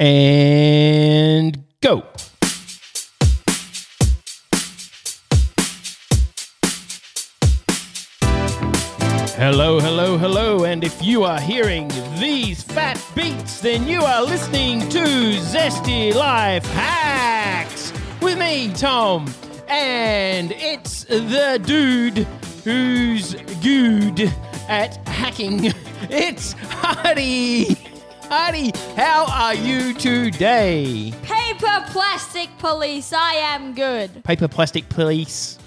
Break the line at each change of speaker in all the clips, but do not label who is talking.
And go. Hello, hello, hello. And if you are hearing these fat beats, then you are listening to Zesty Life Hacks with me, Tom. And it's the dude who's good at hacking. It's Hardy. Hardy, how are you today?
Paper plastic police, I am good.
Paper plastic police.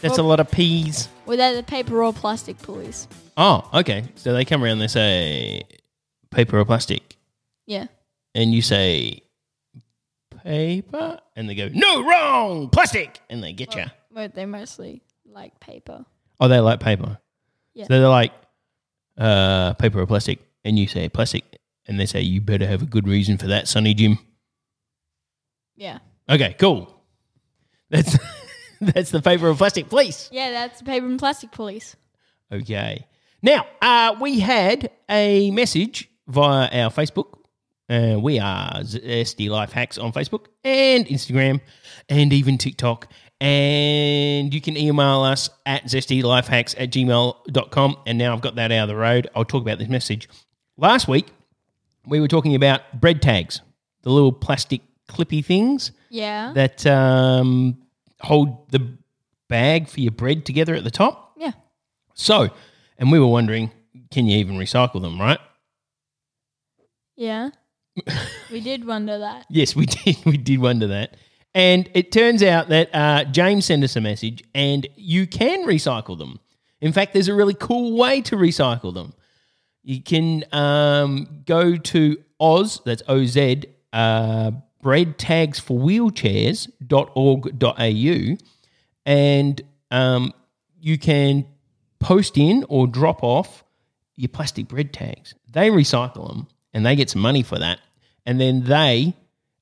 That's a lot of peas.
Well, they're the paper or plastic police.
Oh, okay. So they come around, they say paper or plastic,
Yeah.
and you say paper, and they go no wrong plastic, and they get you.
But they mostly like paper.
Oh, they like paper.
Yeah.
So they're like uh, paper or plastic, and you say plastic, and they say you better have a good reason for that, Sonny Jim.
Yeah.
Okay, cool. That's that's the paper or plastic police.
Yeah, that's the paper and plastic police.
Okay. Now, uh, we had a message via our Facebook. Uh, we are SD Life Hacks on Facebook and Instagram and even TikTok. And you can email us at zestylifehacks at gmail.com. And now I've got that out of the road. I'll talk about this message. Last week, we were talking about bread tags, the little plastic clippy things
Yeah.
that um, hold the bag for your bread together at the top.
yeah.
So, and we were wondering, can you even recycle them, right?
Yeah. we did wonder that.
Yes, we did. We did wonder that. And it turns out that uh, James sent us a message, and you can recycle them. In fact, there's a really cool way to recycle them. You can um, go to Oz, that's O Z, uh, bread tags for wheelchairs.org.au, and um, you can post in or drop off your plastic bread tags. They recycle them and they get some money for that. And then they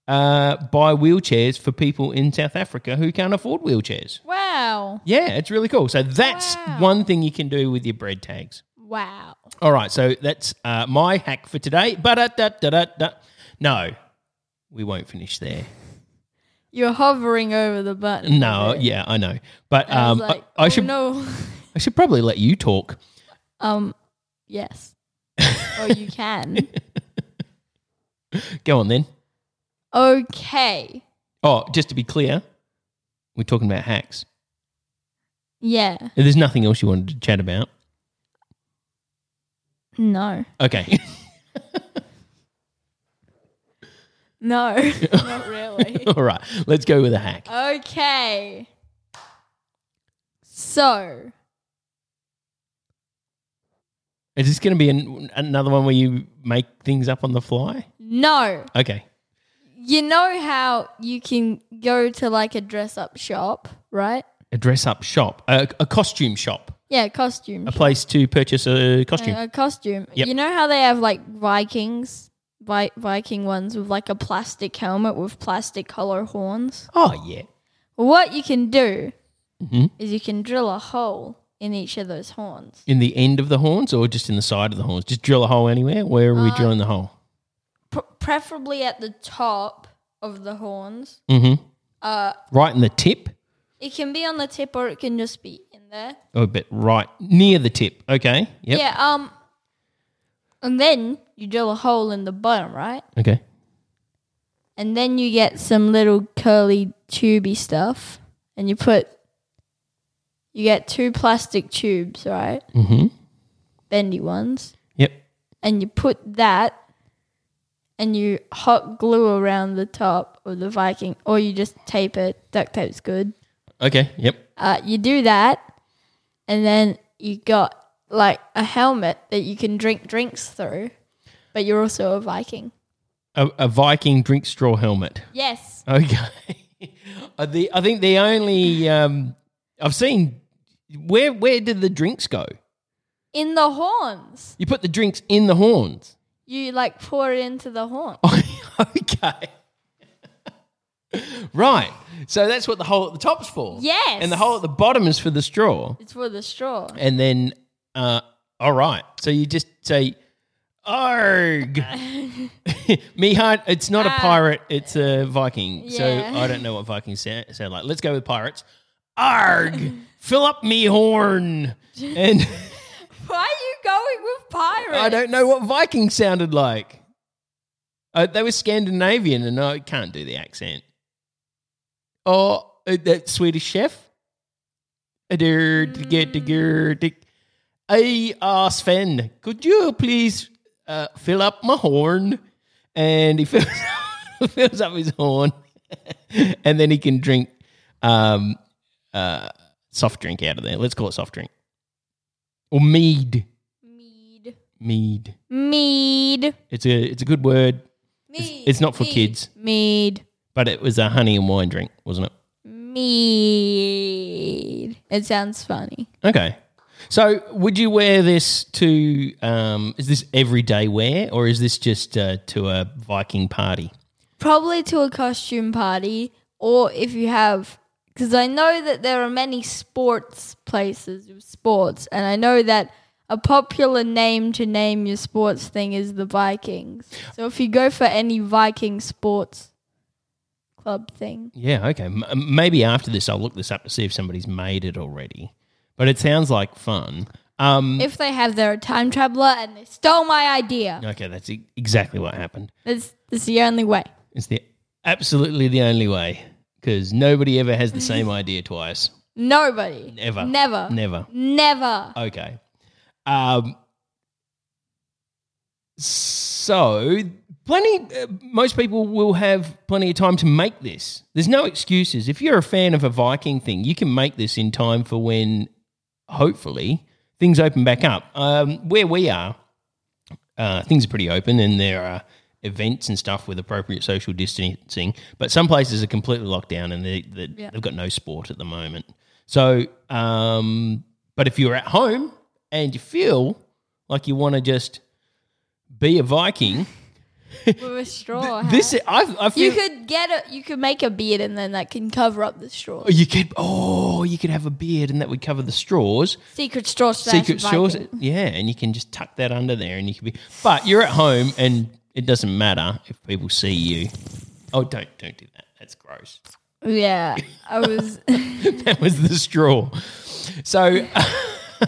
uh, buy wheelchairs for people in South Africa who can't afford wheelchairs.
Wow.
Yeah, it's really cool. So that's
Wow.
one thing you can do with your bread tags.
Wow.
All right, so that's uh, my hack for today. But uh, da, da, da, da. no, we won't finish there.
You're hovering over the button.
No, yeah, I know. But
I,
um,
was like,
I, I
oh,
should
No.
I should probably let you talk.
um, yes. oh, you can.
Go on then.
Okay.
Oh, just to be clear, we're talking about hacks.
Yeah.
There's nothing else you wanted to chat about.
No.
Okay.
No. Not really.
All right. Let's go with a hack.
Okay. So,
Is this going to be an, another one where you make things up on the fly?
no.
Okay.
You know how you can go to like a dress up shop, right?
A dress up shop, a, a costume shop,
Yeah, costume.
a place to purchase a costume.
A, a costume.
Yep.
You know how they have like Vikings, Vi- Viking ones with like a plastic helmet with plastic hollow horns?
oh, yeah.
What you can do
Mhm.
is you can drill a hole in each of those horns.
In the end of the horns or just in the side of the horns? Just drill a hole anywhere? Where are we drilling the hole?
P- preferably at the top of the horns.
Mm hmm.
Uh,
Right in the tip?
It can be on the tip or it can just be in there.
Oh, but right near the tip. Okay. Yep.
Yeah. Um. And then you drill a hole in the bottom, right?
Okay.
And then you get some little curly tubey stuff, and you put. You get two plastic tubes, right?
Mm-hmm.
Bendy ones,
Yep.
and you put that, and you hot glue around the top of the Viking, or you just tape it. Duct tape's good.
Okay. Yep.
uh, you do that, and then you got like a helmet that you can drink drinks through, but you're also a Viking.
A, a Viking drink straw helmet.
Yes.
Okay. Are the I think the only um, I've seen where where did the drinks go?
In the horns.
You put the drinks in the horns.
You like pour it into the horn.
okay. right. So that's what the hole at the top's for.
Yes.
And the hole at the bottom is for the straw.
It's for the straw.
And then, uh, all right. So you just say, Arg. Me heart, it's not a pirate, it's a Viking.
Ah. Yeah.
So I don't know what Vikings sound, sound like. Let's go with pirates. Arg. Fill up me horn. And
Why are you going with pirates?
I don't know what Viking sounded like. Uh, they were Scandinavian, and I can't do the accent. Oh, uh, that Swedish chef. Hey, uh, Sven, could you please uh, fill up my horn? And he fills, fills up his horn, and then he can drink um, uh, soft drink out of there. Let's call it soft drink or mead.
Mead.
Mead.
Mead.
It's a it's a good word,
Mead.
it's not for
Mead.
kids.
Mead.
but it was a honey and wine drink, wasn't it?
Mead. It sounds funny.
Okay. So, would you wear this to? Um, is this everyday wear, or is this just uh, to a Viking party?
probably to a costume party or if you have because i know that there are many sports places with sports and i know that a popular name to name your sports thing is the vikings so if you go for any viking sports club thing
Yeah. Okay. M- maybe after this, I'll look this up to see if somebody's made it already. But it sounds like fun. Um,
if they have they're a time traveler and they stole my idea
okay, that's e- exactly what happened.
that's, that's the only way
It's the absolutely the only way because nobody ever has the same idea twice.
nobody
Ever.
never
Never.
never
Okay. Um, so plenty. Uh, most people will have plenty of time to make this. There's no excuses. If you're a fan of a Viking thing, you can make this in time for when, hopefully, things open back up. Um, where we are, uh, things are pretty open, and there are events and stuff with appropriate social distancing. But some places are completely locked down, and they, they, they've got no sport at the moment. So, um, but if you're at home and you feel like you want to just be a Viking,
with a straw hat.
this I, I feel
Uh-huh. you could get a you could make a beard and then that can cover up the straw
Oh, you could oh you could have a beard, and that would cover the straws.
Secret straw slash
secret
Viking.
straws. Yeah, and you can just tuck that under there, and you can be. But you're at home, and it doesn't matter if people see you. Oh, don't don't do that. That's gross.
Yeah, I was.
that was the straw. So,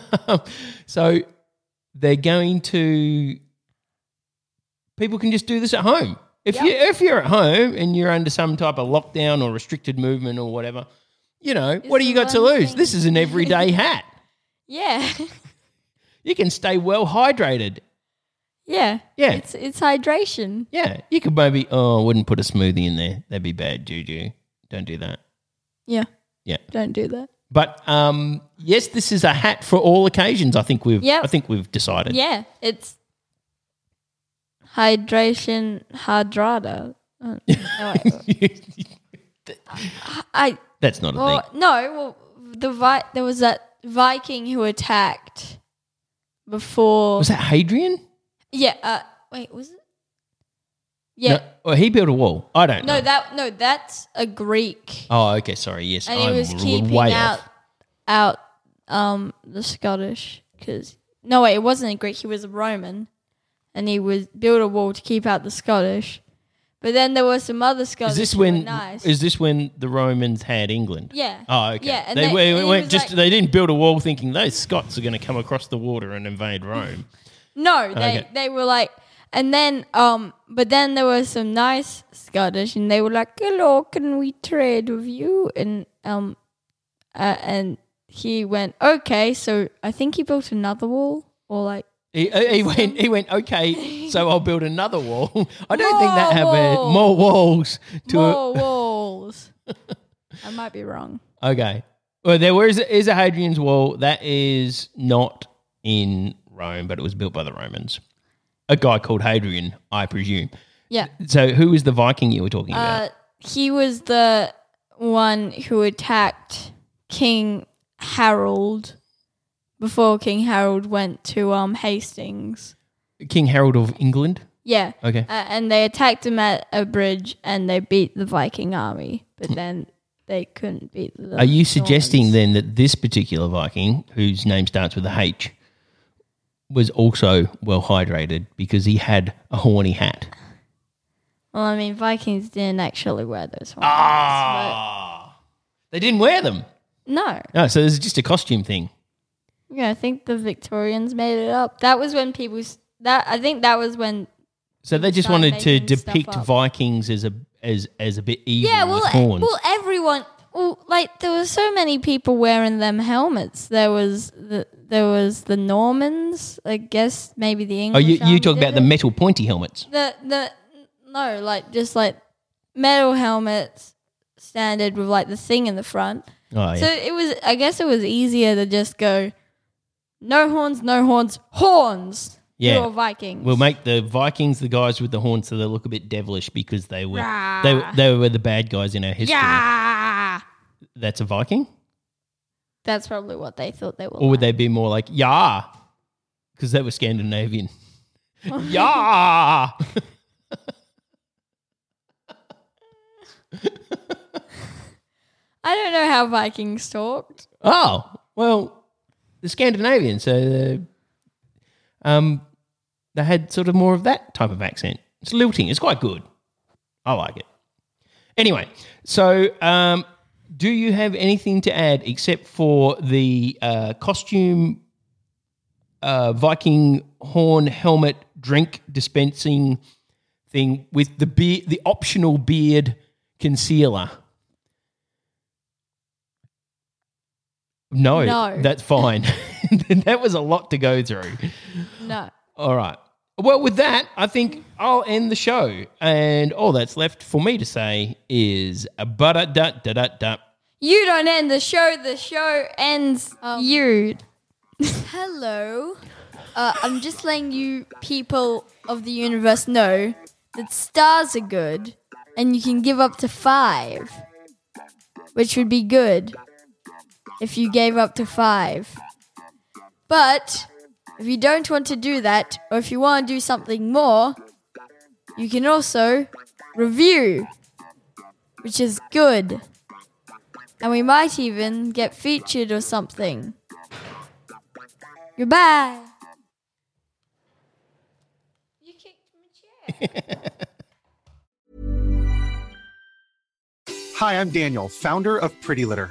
so they're going to. People can just do this at home. If you if you're at home and you're under some type of lockdown or restricted movement or whatever, you know what do
It's
you got to
one
lose?
thing.
This is an everyday hat.
yeah,
You can stay well hydrated.
yeah,
Yeah.
It's it's hydration.
Yeah, you could maybe. Oh, I wouldn't put a smoothie in there. That'd be bad juju. Don't do that.
Yeah,
Yeah.
Don't do that.
But um, yes, this is a hat for all occasions. I think we've.
Yep.
I think we've decided.
Yeah, it's hydration hydrata. Uh, no, wait. I
That's not a
well
thing.
no well the vi- there was that Viking who attacked before.
Was that Hadrian?
yeah. Uh, wait, was it? Yeah.
No, or he built a wall. I don't
No,
know.
that no, that's a Greek,
oh, okay. Sorry. Yes,
and
I'm
he was
w-
keeping
way
out
off.
out um the Scottish because no wait, it wasn't a Greek. He was a Roman, and he was built a wall to keep out the Scottish. But then there were some other Scots.
Is this when?
Nice.
Is this when the Romans had England?
Yeah.
Oh, okay.
Yeah, and
they,
they-
were-
and he
weren't
was
just
like-
they didn't build a wall thinking those Scots are going to come across the water and invade Rome.
no, they
Okay.
they were like, and then um, but then there were some nice Scottish, and they were like, "Hello, can we trade with you?" And um, uh, and he went, "Okay." So I think he built another wall, or like.
He, he went. He went. Okay, so I'll build another wall. I don't think that
More
happened.
walls.
More walls to
More walls. I might be wrong.
Okay. Well, there was is a Hadrian's Wall that is not in Rome, but it was built by the Romans. A guy called Hadrian, I presume.
Yeah.
So, who is the Viking you were talking about?
Uh, he was the one who attacked King Harold before King Harold went to um Hastings.
King Harold of England.
Yeah.
Okay.
Uh, and they attacked him at a bridge and they beat the Viking army, but then they couldn't beat the
Hmm. Are you suggesting
Normans.
then that this particular Viking, whose name starts with a H, was also well hydrated because he had a horny hat?
Well, I mean, Vikings didn't actually wear those ones.
Ah, they didn't wear them.
No.
No, so this is just a costume thing.
Yeah, I think the Victorians made it up. That was when people s- that I think that was when
So they just
start
wanted to
making stuff
depict
up.
Vikings as a as as a bit evil
Yeah,
with
well, e-
horns.
well, everyone, well, like there were so many people wearing them helmets. There was the there was the Normans, I guess maybe the
oh,
English.
you you
army
talk
did
about the
it.
metal pointy helmets.
the the no, like just like metal helmets standard with like the thing in the front.
Oh, yeah.
So it was, I guess, it was easier to just go, no horns, no horns, horns.
Yeah.
you're Vikings.
we'll make the Vikings the guys with the horns, so they look a bit devilish because they were
Rah.
they they were the bad guys in our history.
yeah.
That's a Viking,
That's probably what they thought they were.
or would
like.
they be more like yeah, because they were Scandinavian. yeah.
I don't know how Vikings talked.
Oh well, the Scandinavian. So the, um, they had sort of more of that type of accent. It's lilting. It's quite good. I like it. Anyway, so um, do you have anything to add except for the uh, costume, uh, Viking horn helmet drink dispensing thing with the be- the optional beard concealer? No,
No.
that's fine. that was a lot to go through.
No.
All right. Well, with that, I think I'll end the show. And all that's left for me to say is a da da da da da.
You don't end the show, the show ends you. Hello. Uh, I'm just letting you people of the universe know that stars are good and you can give up to five, which would be good if you gave up to five. But if you don't want to do that, or if you want to do something more, you can also review, which is good and we might even get featured or something. Goodbye. You kicked my chair.
Hi, I'm Daniel, founder of Pretty Litter.